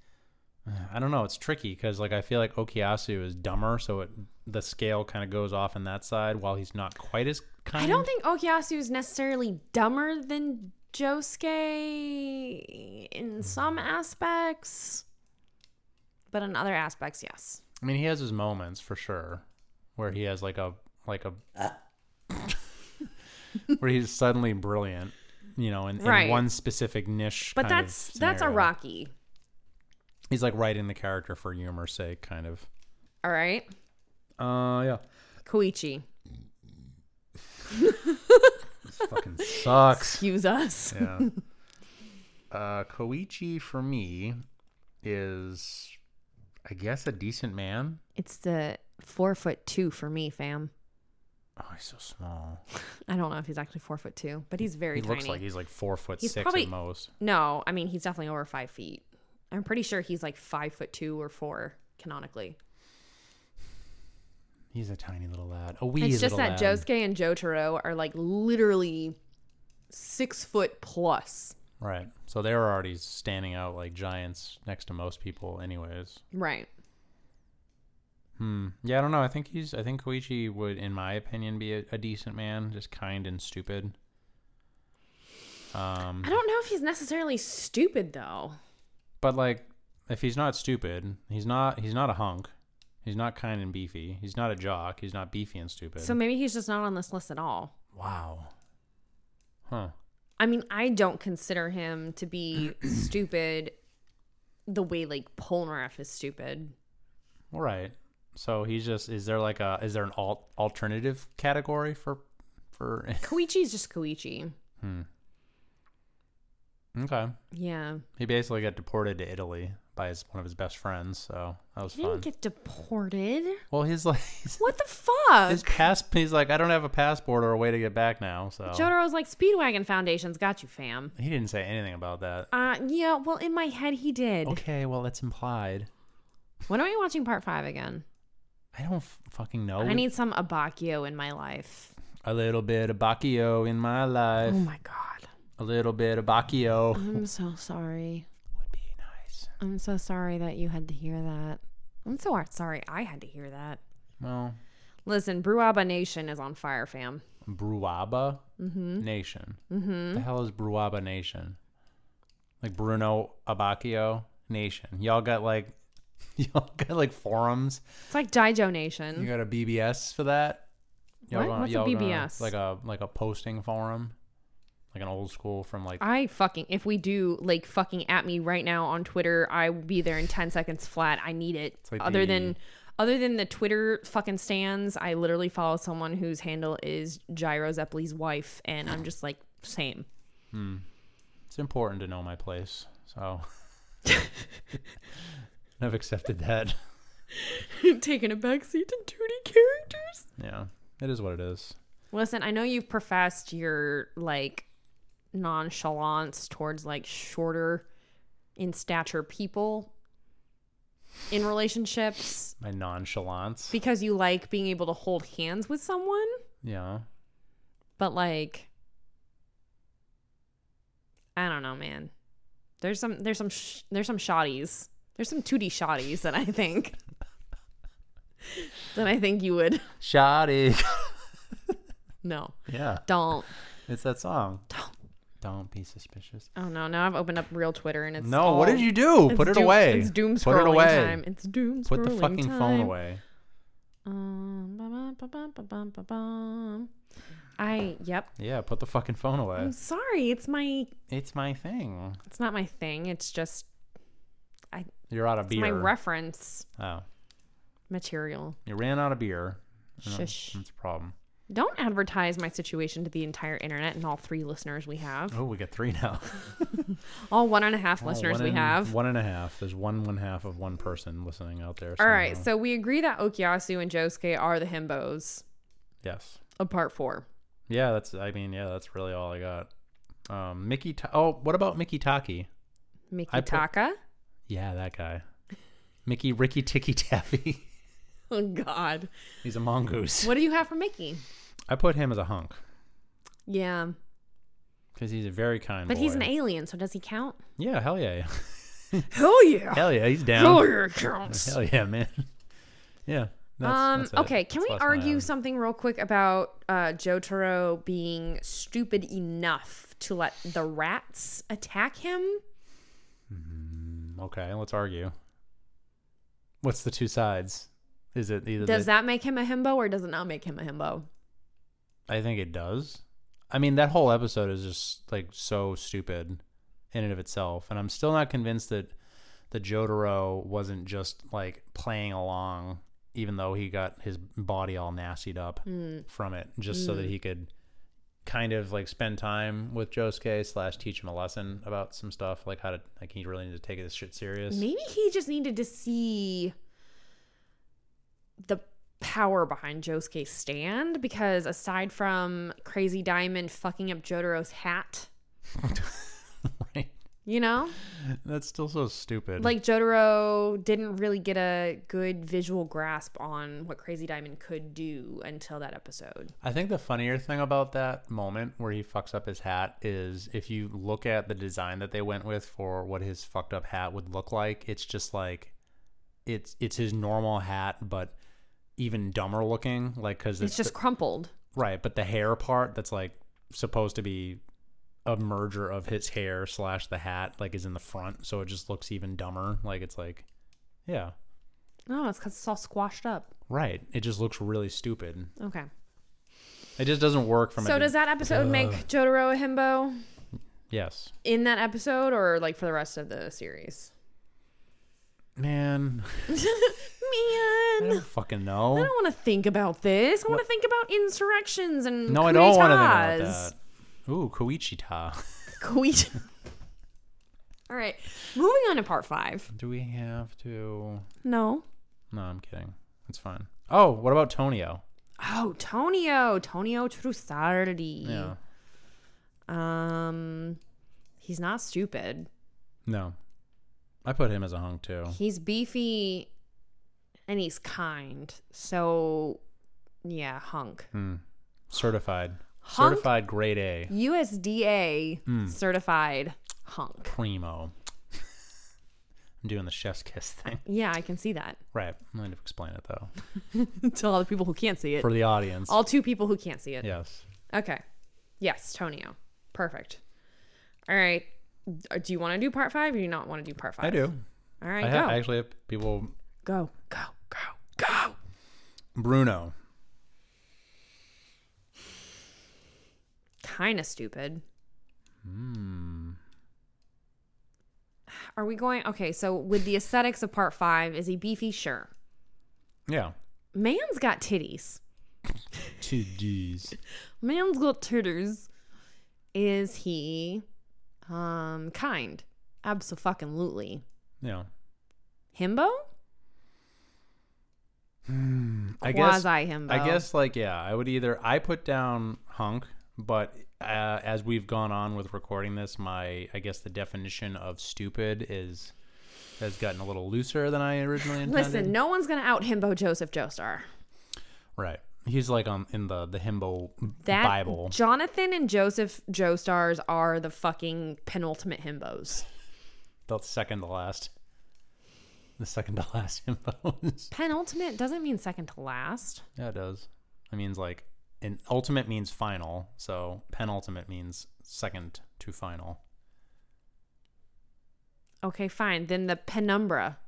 Speaker 2: I don't know. It's tricky because like I feel like Okiyasu is dumber, so it the scale kind of goes off on that side while he's not quite as kind.
Speaker 1: I don't think Okuyasu is necessarily dumber than Josuke
Speaker 2: Hmm.
Speaker 1: in some aspects, but in other aspects, yes.
Speaker 2: I mean, he has his moments for sure, where he has like a like a where he's suddenly brilliant, you know, in,
Speaker 1: Right.
Speaker 2: in one specific niche.
Speaker 1: But
Speaker 2: kind of
Speaker 1: that's that's a
Speaker 2: scenario.
Speaker 1: Rocky.
Speaker 2: He's like writing the character for humor's sake, kind of.
Speaker 1: All right,
Speaker 2: Uh, yeah.
Speaker 1: Koichi.
Speaker 2: Fucking sucks.
Speaker 1: Excuse us.
Speaker 2: yeah. Uh, Koichi for me is, I guess, a decent man.
Speaker 1: It's the four foot two for me, fam.
Speaker 2: Oh, he's so small.
Speaker 1: I don't know if he's actually four foot two, but he's very
Speaker 2: He
Speaker 1: tiny.
Speaker 2: looks like he's like four foot
Speaker 1: He's
Speaker 2: six
Speaker 1: probably-
Speaker 2: at most.
Speaker 1: no, I mean he's definitely over five feet. I'm pretty sure he's like five foot two or four canonically.
Speaker 2: He's a tiny little lad. A wee
Speaker 1: It's just
Speaker 2: little
Speaker 1: that
Speaker 2: lad.
Speaker 1: Josuke and Jotaro are like literally six foot plus.
Speaker 2: Right. So they're already standing out like giants next to most people, anyways.
Speaker 1: Right.
Speaker 2: Hmm. Yeah, I don't know. I think he's. I think Koichi would, in my opinion, be a, a decent man, just kind and stupid. Um,
Speaker 1: I don't know if he's necessarily stupid though.
Speaker 2: but like, if he's not stupid, he's not. He's not a hunk. He's not kind and beefy. He's not a jock. He's not beefy and stupid.
Speaker 1: So maybe he's just not on this list at all.
Speaker 2: wow. Huh.
Speaker 1: I mean, I don't consider him to be stupid the way like Polnareff is stupid.
Speaker 2: All right. So he's just. Is there like a? Is there an alt alternative category for, for?
Speaker 1: Koichi's just Koichi.
Speaker 2: okay.
Speaker 1: Yeah.
Speaker 2: He basically got deported to Italy by his, one of his best friends, so that was
Speaker 1: He
Speaker 2: fun.
Speaker 1: didn't get deported.
Speaker 2: well, he's like
Speaker 1: What the fuck?
Speaker 2: his pass. He's like, I don't have a passport or a way to get back now. So
Speaker 1: Jotaro's like Speedwagon Foundation's got you, fam.
Speaker 2: he didn't say anything about that.
Speaker 1: Uh, yeah. Well, in my head, he did.
Speaker 2: Okay, well that's implied.
Speaker 1: When are we watching part five again?
Speaker 2: I don't f- fucking know.
Speaker 1: I need some abacchio in my life.
Speaker 2: a little bit of Bacchio in my
Speaker 1: Oh
Speaker 2: life.
Speaker 1: my god.
Speaker 2: A little bit of Bacchio
Speaker 1: I'm so sorry.
Speaker 2: would be nice.
Speaker 1: I'm so sorry that you had to hear that. I'm so ar- sorry I had to hear that.
Speaker 2: Well,
Speaker 1: Listen, Bruaba Nation is on fire, fam.
Speaker 2: Bruaba Nation. Mm-hmm. The hell is Bruaba Nation? Like Bruno Abacchio Nation. Y'all got like, y'all got like forums.
Speaker 1: It's like Daijo
Speaker 2: You
Speaker 1: Nation.
Speaker 2: got a BBS for that?
Speaker 1: Mm-hmm. What? What's a
Speaker 2: gonna-
Speaker 1: BBS?
Speaker 2: like a like a posting forum, like an old school from like.
Speaker 1: I fucking if we do like fucking at me right now on Twitter, I will be there in ten seconds flat. I need it.
Speaker 2: like
Speaker 1: other
Speaker 2: the-
Speaker 1: than other than the Twitter fucking stands, I literally follow someone whose handle is Gyro Zeppeli's wife, and I'm just like same.
Speaker 2: it's important to know my place, so. I've accepted that.
Speaker 1: Taking a backseat to duty characters.
Speaker 2: Yeah, it is what it is.
Speaker 1: Listen, I know you've professed your like nonchalance towards like shorter in stature people in relationships
Speaker 2: My nonchalance.
Speaker 1: because you like being able to hold hands with someone,
Speaker 2: Yeah.
Speaker 1: but like I don't know, man. There's some there's some sh- there's some shotties. There's some 2D shotties that I think that I think you would
Speaker 2: Shoddy.
Speaker 1: no.
Speaker 2: yeah,
Speaker 1: Don't.
Speaker 2: it's that song. Don't. Don't be suspicious.
Speaker 1: Oh no, now I've opened up real Twitter and it's
Speaker 2: No, what
Speaker 1: all-
Speaker 2: did you do?
Speaker 1: It's
Speaker 2: Put it
Speaker 1: doom-
Speaker 2: away.
Speaker 1: It's doom scrolling
Speaker 2: Put it away.
Speaker 1: time. It's doom scrolling
Speaker 2: Put the fucking
Speaker 1: time.
Speaker 2: phone away.
Speaker 1: Um, ba-bum, ba-bum, ba-bum, ba-bum. I yep.
Speaker 2: Yeah, put the fucking phone away.
Speaker 1: I'm sorry. It's my.
Speaker 2: It's my thing.
Speaker 1: It's not my thing. It's just
Speaker 2: You're out of
Speaker 1: it's
Speaker 2: beer.
Speaker 1: my reference
Speaker 2: oh,
Speaker 1: material.
Speaker 2: you ran out of beer.
Speaker 1: Shush.
Speaker 2: That's a problem.
Speaker 1: Don't advertise my situation to the entire internet and all three listeners we have.
Speaker 2: Oh, we got three now.
Speaker 1: All one and a half listeners
Speaker 2: One
Speaker 1: we
Speaker 2: and-
Speaker 1: have.
Speaker 2: one and a half. There's one one half of one person listening out there.
Speaker 1: All right.
Speaker 2: somehow.
Speaker 1: So we agree that Okyasu and Josuke are the himbos
Speaker 2: yes.
Speaker 1: of part four.
Speaker 2: Yeah, that's. I mean, yeah, that's really all I got. Um, Mickey. Ta- oh, what about Mickey Taki?
Speaker 1: Mickey
Speaker 2: I put-
Speaker 1: Taka.
Speaker 2: Yeah, that guy. Mickey Ricky Ticky Taffy.
Speaker 1: Oh God.
Speaker 2: He's a mongoose.
Speaker 1: What do you have for Mickey?
Speaker 2: I put him as a hunk
Speaker 1: Yeah,
Speaker 2: because he's a very kind
Speaker 1: but he's an
Speaker 2: boy.
Speaker 1: alien, so does he count?
Speaker 2: Yeah, hell yeah.
Speaker 1: Hell yeah.
Speaker 2: hell yeah, he's down.
Speaker 1: Hell yeah, counts.
Speaker 2: Hell yeah, man. Yeah. That's,
Speaker 1: um.
Speaker 2: that's it.
Speaker 1: Okay. Can
Speaker 2: That's
Speaker 1: we
Speaker 2: the last one I
Speaker 1: argue
Speaker 2: have.
Speaker 1: something real quick about uh, Jotaro being stupid enough to let the rats attack him?
Speaker 2: Okay, let's argue. What's the two sides? Is it either
Speaker 1: Does
Speaker 2: the-
Speaker 1: that make him a himbo, or does it not make him a himbo?
Speaker 2: I think it does. I mean, that whole episode is just like so stupid in and of itself, and I'm still not convinced that the Jotaro wasn't just like playing along, even though he got his body all nastied up
Speaker 1: Hmm.
Speaker 2: from it, just so that he could kind of like spend time with Josuke slash teach him a lesson about some stuff, like how to like he really needed to take this shit serious.
Speaker 1: Maybe he just needed to see the power behind Josuke's stand because aside from Crazy Diamond fucking up Jotaro's hat,
Speaker 2: right?
Speaker 1: you know,
Speaker 2: That's still so stupid.
Speaker 1: like Jotaro didn't really get a good visual grasp on what Crazy Diamond could do until that episode.
Speaker 2: I think the funnier thing about that moment where he fucks up his hat is if you look at the design that they went with for what his fucked up hat would look like, it's just like it's it's his normal hat but even dumber looking like cuz
Speaker 1: It's just crumpled.
Speaker 2: right, but the hair part that's like supposed to be a merger of his hair slash the hat like is in the front, so it just looks even dumber. Like it's like yeah,
Speaker 1: No, it's because it's all squashed up.
Speaker 2: right. It just looks really stupid.
Speaker 1: Okay.
Speaker 2: It just doesn't work from
Speaker 1: So
Speaker 2: a
Speaker 1: does that episode make Jotaro a himbo
Speaker 2: yes.
Speaker 1: in that episode or like for the rest of the series?
Speaker 2: Man, I
Speaker 1: Man.
Speaker 2: don't fucking know.
Speaker 1: I don't want to think about this. I want to think about insurrections and
Speaker 2: no, I don't want to think about that. Ooh, Koichita.
Speaker 1: Kuitas. Kuit- All right, moving on to part five.
Speaker 2: Do we have to?
Speaker 1: No.
Speaker 2: No, I'm kidding. It's fine. Oh, what about Tonio?
Speaker 1: Oh, Tonio, Tonio Trusardi.
Speaker 2: Yeah.
Speaker 1: Um, he's not stupid.
Speaker 2: No, I put him as a hunk too.
Speaker 1: He's beefy, and he's kind. So, yeah, hunk.
Speaker 2: Hmm. Certified.
Speaker 1: Hunk?
Speaker 2: Certified grade A.
Speaker 1: USDA
Speaker 2: Hmm.
Speaker 1: certified hunk.
Speaker 2: Primo. I'm doing the chef's kiss thing.
Speaker 1: Yeah, I can see that.
Speaker 2: Right. I'm going to explain it though
Speaker 1: to all the people who can't see it.
Speaker 2: for the audience.
Speaker 1: all two people who can't see it.
Speaker 2: yes.
Speaker 1: Okay. Yes, Tonio. Perfect. All right. Do you want to do part five or do you not want to do part five?
Speaker 2: I do.
Speaker 1: All right,
Speaker 2: I,
Speaker 1: go.
Speaker 2: ha- I actually have people.
Speaker 1: go. Go. Go. Go.
Speaker 2: Bruno.
Speaker 1: Kind of stupid. Hmm. Are we going? Okay, so with the aesthetics of part five, is he beefy? Sure.
Speaker 2: Yeah.
Speaker 1: Man's got titties.
Speaker 2: Two D's.
Speaker 1: Man's got titties. Is he um kind? Absolutely.
Speaker 2: Yeah.
Speaker 1: Himbo?
Speaker 2: I guess.
Speaker 1: Quasi himbo.
Speaker 2: I guess like yeah, I would either I put down hunk, but uh, as we've gone on with recording this, my I guess the definition of stupid is has gotten a little looser than I originally intended.
Speaker 1: Listen, no one's gonna out himbo Joseph Joestar.
Speaker 2: Right. He's like on in the the himbo
Speaker 1: That
Speaker 2: Bible.
Speaker 1: Jonathan and Joseph Joestars are the fucking penultimate himbos.
Speaker 2: The second to last. The second to last himbos.
Speaker 1: Penultimate doesn't mean second to last.
Speaker 2: yeah, it does. It means like an ultimate means final, so penultimate means second to final.
Speaker 1: Okay, fine. Then the penumbra.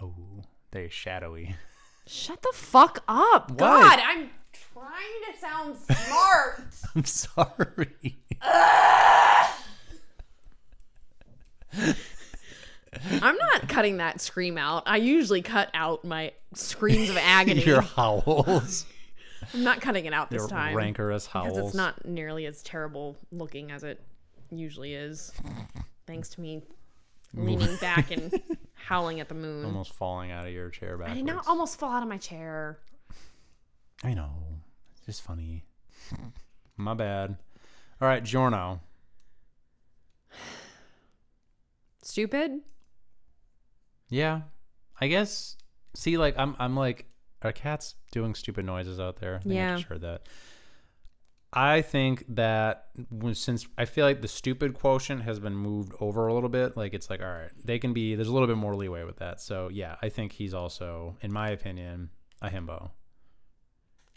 Speaker 2: Oh, they shadowy.
Speaker 1: Shut the fuck up. God, I'm trying to sound smart.
Speaker 2: I'm sorry.
Speaker 1: I'm not cutting that scream out. I usually cut out my screams of agony.
Speaker 2: Your howls.
Speaker 1: I'm not cutting it out this
Speaker 2: Your
Speaker 1: time.
Speaker 2: rancorous howls.
Speaker 1: because it's not nearly as terrible looking as it usually is, thanks to me leaning back and howling at the moon.
Speaker 2: almost falling out of your chair
Speaker 1: I oh
Speaker 2: backwards.
Speaker 1: did not almost fall out of my chair.
Speaker 2: I know. It's just funny. My bad. All right, Giorno.
Speaker 1: stupid.
Speaker 2: Yeah. I guess see like I'm I'm like are cats doing stupid noises out there? I think
Speaker 1: Yeah.
Speaker 2: I just heard that. I think that when- since I feel like the stupid quotient has been moved over a little bit, like it's like all right, they can be there's a little bit more leeway with that. So yeah, I think he's also, in my opinion, a himbo.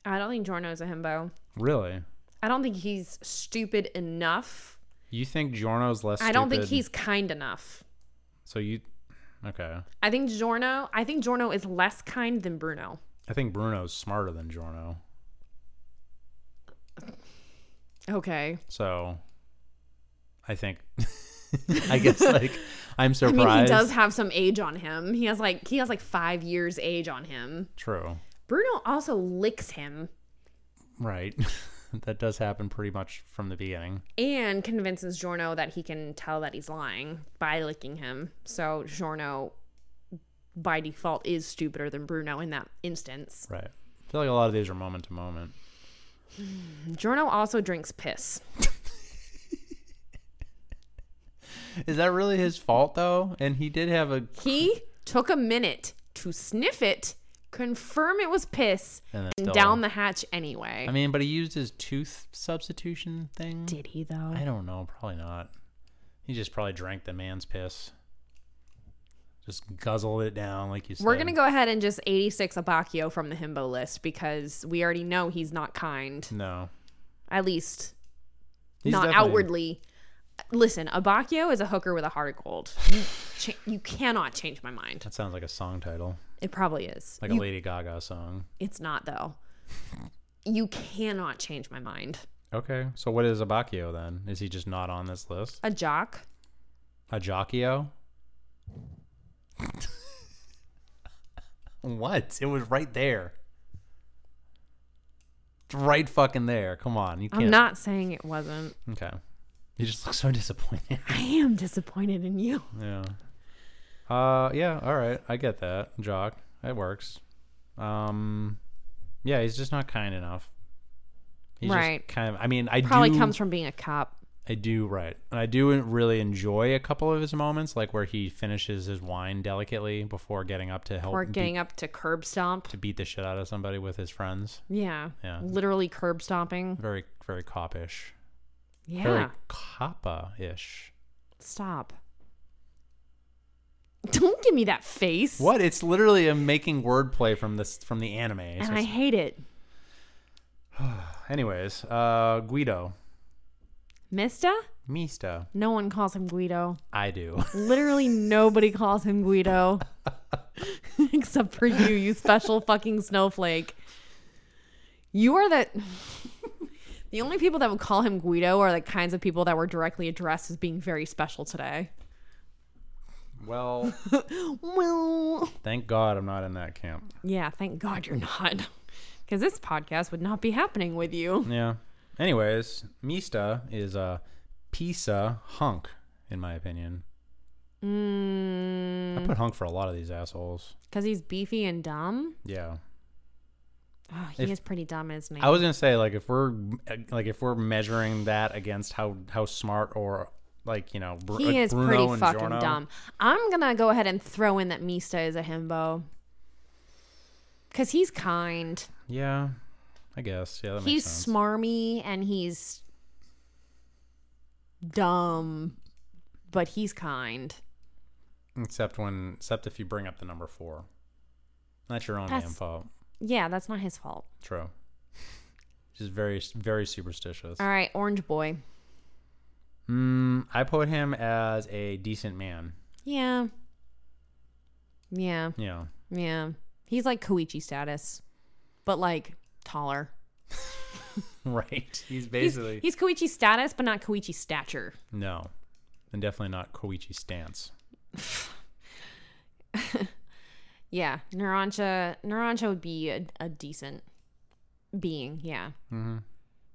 Speaker 1: I don't think Jorno's a himbo.
Speaker 2: Really?
Speaker 1: I don't think he's stupid enough.
Speaker 2: You think Jorno's less?
Speaker 1: I don't think
Speaker 2: stupid?
Speaker 1: he's kind enough.
Speaker 2: So you, okay.
Speaker 1: I think Jorno. I think Jorno is less kind than Bruno.
Speaker 2: I think Bruno's smarter than Jorno.
Speaker 1: Okay.
Speaker 2: So I think I guess like I'm
Speaker 1: I
Speaker 2: surprised.
Speaker 1: mean, he does have some age on him. He has like he has like five years age on him.
Speaker 2: True.
Speaker 1: Bruno also licks him
Speaker 2: Right. that does happen pretty much from the beginning.
Speaker 1: and convinces Jorno that he can tell that he's lying by licking him. So Jorno, by default, is stupider than Bruno in that instance.
Speaker 2: Right. I feel like a lot of these are moment to moment.
Speaker 1: Jorno also drinks piss.
Speaker 2: Is that really his fault though? And he did have a
Speaker 1: He took a minute to sniff it, confirm it was piss,
Speaker 2: and then
Speaker 1: and
Speaker 2: still-
Speaker 1: down the hatch anyway.
Speaker 2: I mean, but he used his tooth substitution thing.
Speaker 1: Did he though?
Speaker 2: I don't know, probably not. He just probably drank the man's piss. Just guzzled it down like you said.
Speaker 1: We're gonna go ahead and just 86 Abacchio from the himbo list because we already know he's not kind.
Speaker 2: No.
Speaker 1: At least
Speaker 2: Mm. He's
Speaker 1: not
Speaker 2: definitely-
Speaker 1: outwardly. Listen, Abacchio is a hooker with a heart of gold. You, cha- you cannot change my mind.
Speaker 2: That sounds like a song title,
Speaker 1: It probably is.
Speaker 2: like a Lady Gaga song.
Speaker 1: It's not though. You cannot change my mind.
Speaker 2: Okay. So what is Abacchio then? Is he just not on this list?
Speaker 1: A jock.
Speaker 2: A jockio? what? It was right there. It's right fucking there. Come on. You can't.
Speaker 1: I'm not saying it wasn't.
Speaker 2: Okay. You just look so disappointed.
Speaker 1: I am disappointed in you.
Speaker 2: yeah. Uh yeah, all right. I get that. Jock. It works. Um yeah, he's just not kind enough. He's
Speaker 1: Right.
Speaker 2: just kind of I mean, I
Speaker 1: Probably
Speaker 2: do
Speaker 1: comes from being a cop.
Speaker 2: I do right, and I do really enjoy a couple of his moments, like where he finishes his wine delicately before getting up to help
Speaker 1: Or
Speaker 2: beat-
Speaker 1: getting up to curb stomp.
Speaker 2: to beat the shit out of somebody with his friends.
Speaker 1: Yeah.
Speaker 2: Yeah.
Speaker 1: Literally curb stomping.
Speaker 2: Very, very copish,
Speaker 1: Yeah.
Speaker 2: very coppa-ish.
Speaker 1: Stop. Don't give me that face.
Speaker 2: What? It's literally a making wordplay from this from the anime. It's
Speaker 1: And I
Speaker 2: just-
Speaker 1: hate it.
Speaker 2: anyways, uh, Guido,
Speaker 1: Mister?
Speaker 2: Mista,
Speaker 1: No one calls him Guido.
Speaker 2: I do.
Speaker 1: Literally nobody calls him Guido. Except for you, you special fucking snowflake. You are the The only people that would call him Guido are the kinds of people that were directly addressed as being very special today.
Speaker 2: well,
Speaker 1: Well,
Speaker 2: thank God I'm not in that camp.
Speaker 1: yeah, thank God you're not. Because this podcast would not be happening with you.
Speaker 2: Yeah. Anyways, Mista is a pizza hunk, in my opinion.
Speaker 1: Mm,
Speaker 2: I put hunk for a lot of these assholes.
Speaker 1: Because he's beefy and dumb.
Speaker 2: Yeah.
Speaker 1: Oh, he is pretty dumb, isn't he?
Speaker 2: I was gonna say like if we're like if we're measuring that against how how smart or like you know Br-
Speaker 1: he
Speaker 2: like
Speaker 1: is
Speaker 2: Bruno
Speaker 1: pretty
Speaker 2: and
Speaker 1: fucking
Speaker 2: Giorno-
Speaker 1: dumb. I'm gonna go ahead and throw in that Mista is a himbo. Cause he's kind.
Speaker 2: Yeah, I guess. Yeah, that
Speaker 1: he's
Speaker 2: makes sense.
Speaker 1: smarmy and he's dumb, but he's kind.
Speaker 2: except when except if you bring up the number four, that's your own damn
Speaker 1: That's-
Speaker 2: fault.
Speaker 1: Yeah, that's not his fault.
Speaker 2: True. Just very very superstitious.
Speaker 1: All right, Orange Boy.
Speaker 2: Mm, I put him as a decent man.
Speaker 1: Yeah. Yeah.
Speaker 2: You know,
Speaker 1: Yeah. He's like Koichi status, but like taller.
Speaker 2: right? He's
Speaker 1: He's,
Speaker 2: basically
Speaker 1: he's Koichi status, but not Koichi stature.
Speaker 2: no, and definitely not Koichi stance.
Speaker 1: Yeah, Narancha. Narancha would be a, a decent being. Yeah,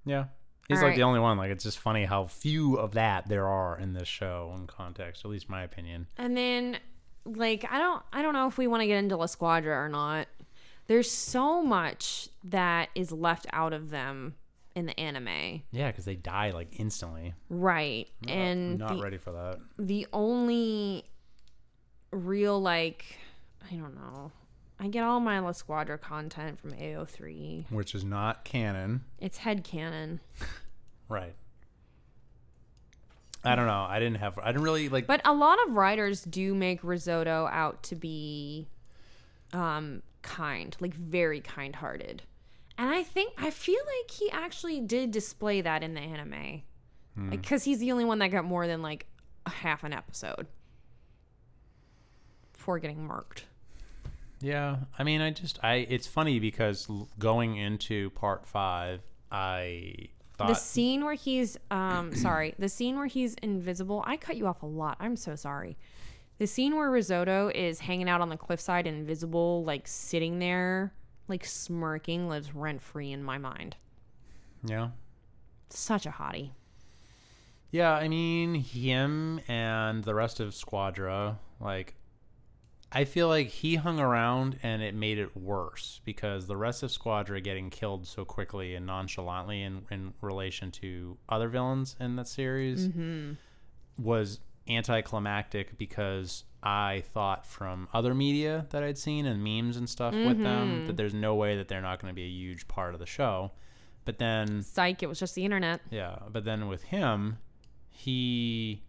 Speaker 2: Yeah. He's
Speaker 1: All
Speaker 2: like the
Speaker 1: right.
Speaker 2: only one. Like it's just funny how few of that there are in this show in context, at least my opinion.
Speaker 1: and then like I don't I don't know if we want to get into La Squadra or not. There's so much that is left out of them in the anime.
Speaker 2: Yeah, because they die like instantly.
Speaker 1: Right.
Speaker 2: Not-
Speaker 1: and
Speaker 2: not
Speaker 1: Mm, the,
Speaker 2: ready for that.
Speaker 1: the only real like I don't know. I get all my La Squadra content from AO3.
Speaker 2: Which is not canon,
Speaker 1: It's headcanon.
Speaker 2: right? I don't know. I didn't have. I didn't really like.
Speaker 1: But a lot of writers do make risotto out to be um kind, like very kind-hearted. And I think I feel like he actually did display that in the anime. Like cuz he's the only one that got more than like a half an episode before getting marked.
Speaker 2: Yeah, I mean, I just, I. It's funny because l- going into part five, I
Speaker 1: the
Speaker 2: thought
Speaker 1: scene where he's um sorry the scene where he's invisible i cut you off a lot i'm so sorry the scene where risotto is hanging out on the cliffside invisible like sitting there like smirking lives rent free in my mind
Speaker 2: yeah,
Speaker 1: such a hottie
Speaker 2: yeah. I mean, him and the rest of Squadra, like, I feel like he hung around and it made it worse because the rest of Squadra getting killed so quickly and nonchalantly in in relation to other villains in that series was anticlimactic because I thought from other media that I'd seen and memes and stuff with them that there's no way that they're not going to be a huge part of the show. But then,
Speaker 1: psych it was just the internet
Speaker 2: yeah, but then with him, he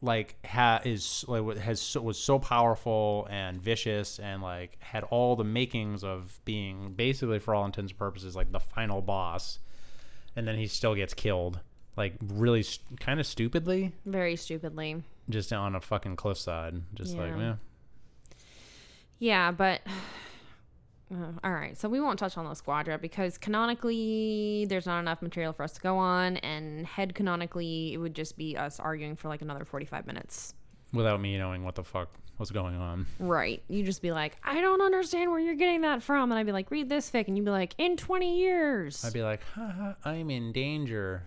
Speaker 2: like ha is like wa- has so, was so powerful and vicious and like had all the makings of being basically for all intents and purposes like the final boss and then he still gets killed like really st- kind of stupidly
Speaker 1: very stupidly
Speaker 2: just on a fucking cliffside. Just like,
Speaker 1: Yeah.
Speaker 2: yeah.
Speaker 1: yeah but Uh, all right so we won't touch on the squadra because canonically there's not enough material for us to go on and head canonically it would just be us arguing for like another 45 minutes
Speaker 2: Without me knowing what the fuck was going on.
Speaker 1: Right. You just be like, I don't understand where you're getting that from. And I'd be like, read this fic. And you'd be like, in 20 years.
Speaker 2: I'd be like, haha, I'm in danger.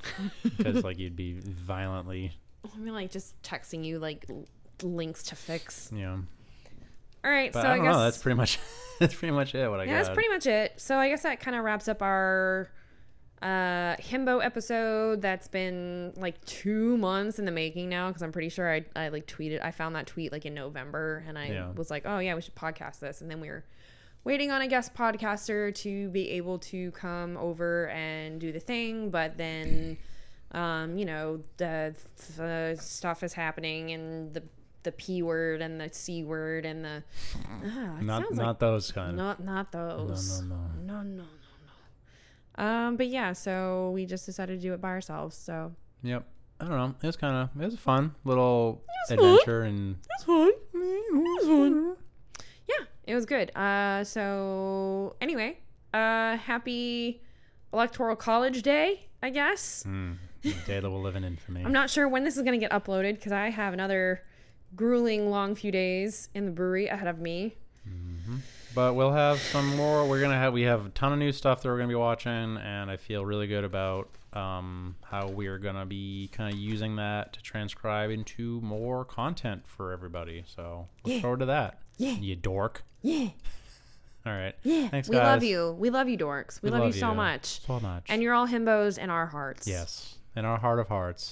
Speaker 2: Because, like, you'd be violently,
Speaker 1: I'd be like, just texting you like l- links to fix.
Speaker 2: you know.
Speaker 1: All right.
Speaker 2: But
Speaker 1: so
Speaker 2: I
Speaker 1: I,
Speaker 2: don't
Speaker 1: guess
Speaker 2: know. That's pretty much, that's pretty much it, what I
Speaker 1: yeah,
Speaker 2: got.
Speaker 1: that's pretty much it. So I guess that kind of wraps up our uh himbo episode that's been like two months in the making now because i'm pretty sure I, I like tweeted i found that tweet like in november and i
Speaker 2: Yeah.
Speaker 1: was like oh yeah we should podcast this and then we were waiting on a guest podcaster to be able to come over and do the thing but then um you know the, the stuff is happening and the the p word and the c word and the ah, it
Speaker 2: not
Speaker 1: sounds like
Speaker 2: not those kind.
Speaker 1: not not
Speaker 2: no, no,
Speaker 1: those.
Speaker 2: no.
Speaker 1: No, no, no, no. Um, but yeah, so we just decided to do it by ourselves. So
Speaker 2: Yep. I don't know. It was kind of, it was a fun little
Speaker 1: was fun.
Speaker 2: adventure. And
Speaker 1: that's fun. Yeah, it was good. Uh, so anyway, uh, happy electoral college day, I guess.
Speaker 2: Mm, the day that we're living in for me.
Speaker 1: I'm not sure when this is gonna get uploaded because I have another grueling long few days in the brewery ahead of me.
Speaker 2: But we'll have some more. We're gonna have we have a ton of new stuff that we're gonna be watching, and I feel really good about um, how we are gonna be kind of using that to transcribe into more content for everybody. So look
Speaker 1: Yeah.
Speaker 2: forward to that.
Speaker 1: Yeah.
Speaker 2: You dork.
Speaker 1: Yeah,
Speaker 2: All right.
Speaker 1: yeah.
Speaker 2: Thanks,
Speaker 1: we
Speaker 2: guys.
Speaker 1: love you. We love you, dorks. We, love, you so much.
Speaker 2: So much.
Speaker 1: And you're all himbos in our hearts.
Speaker 2: yes, in our heart of hearts.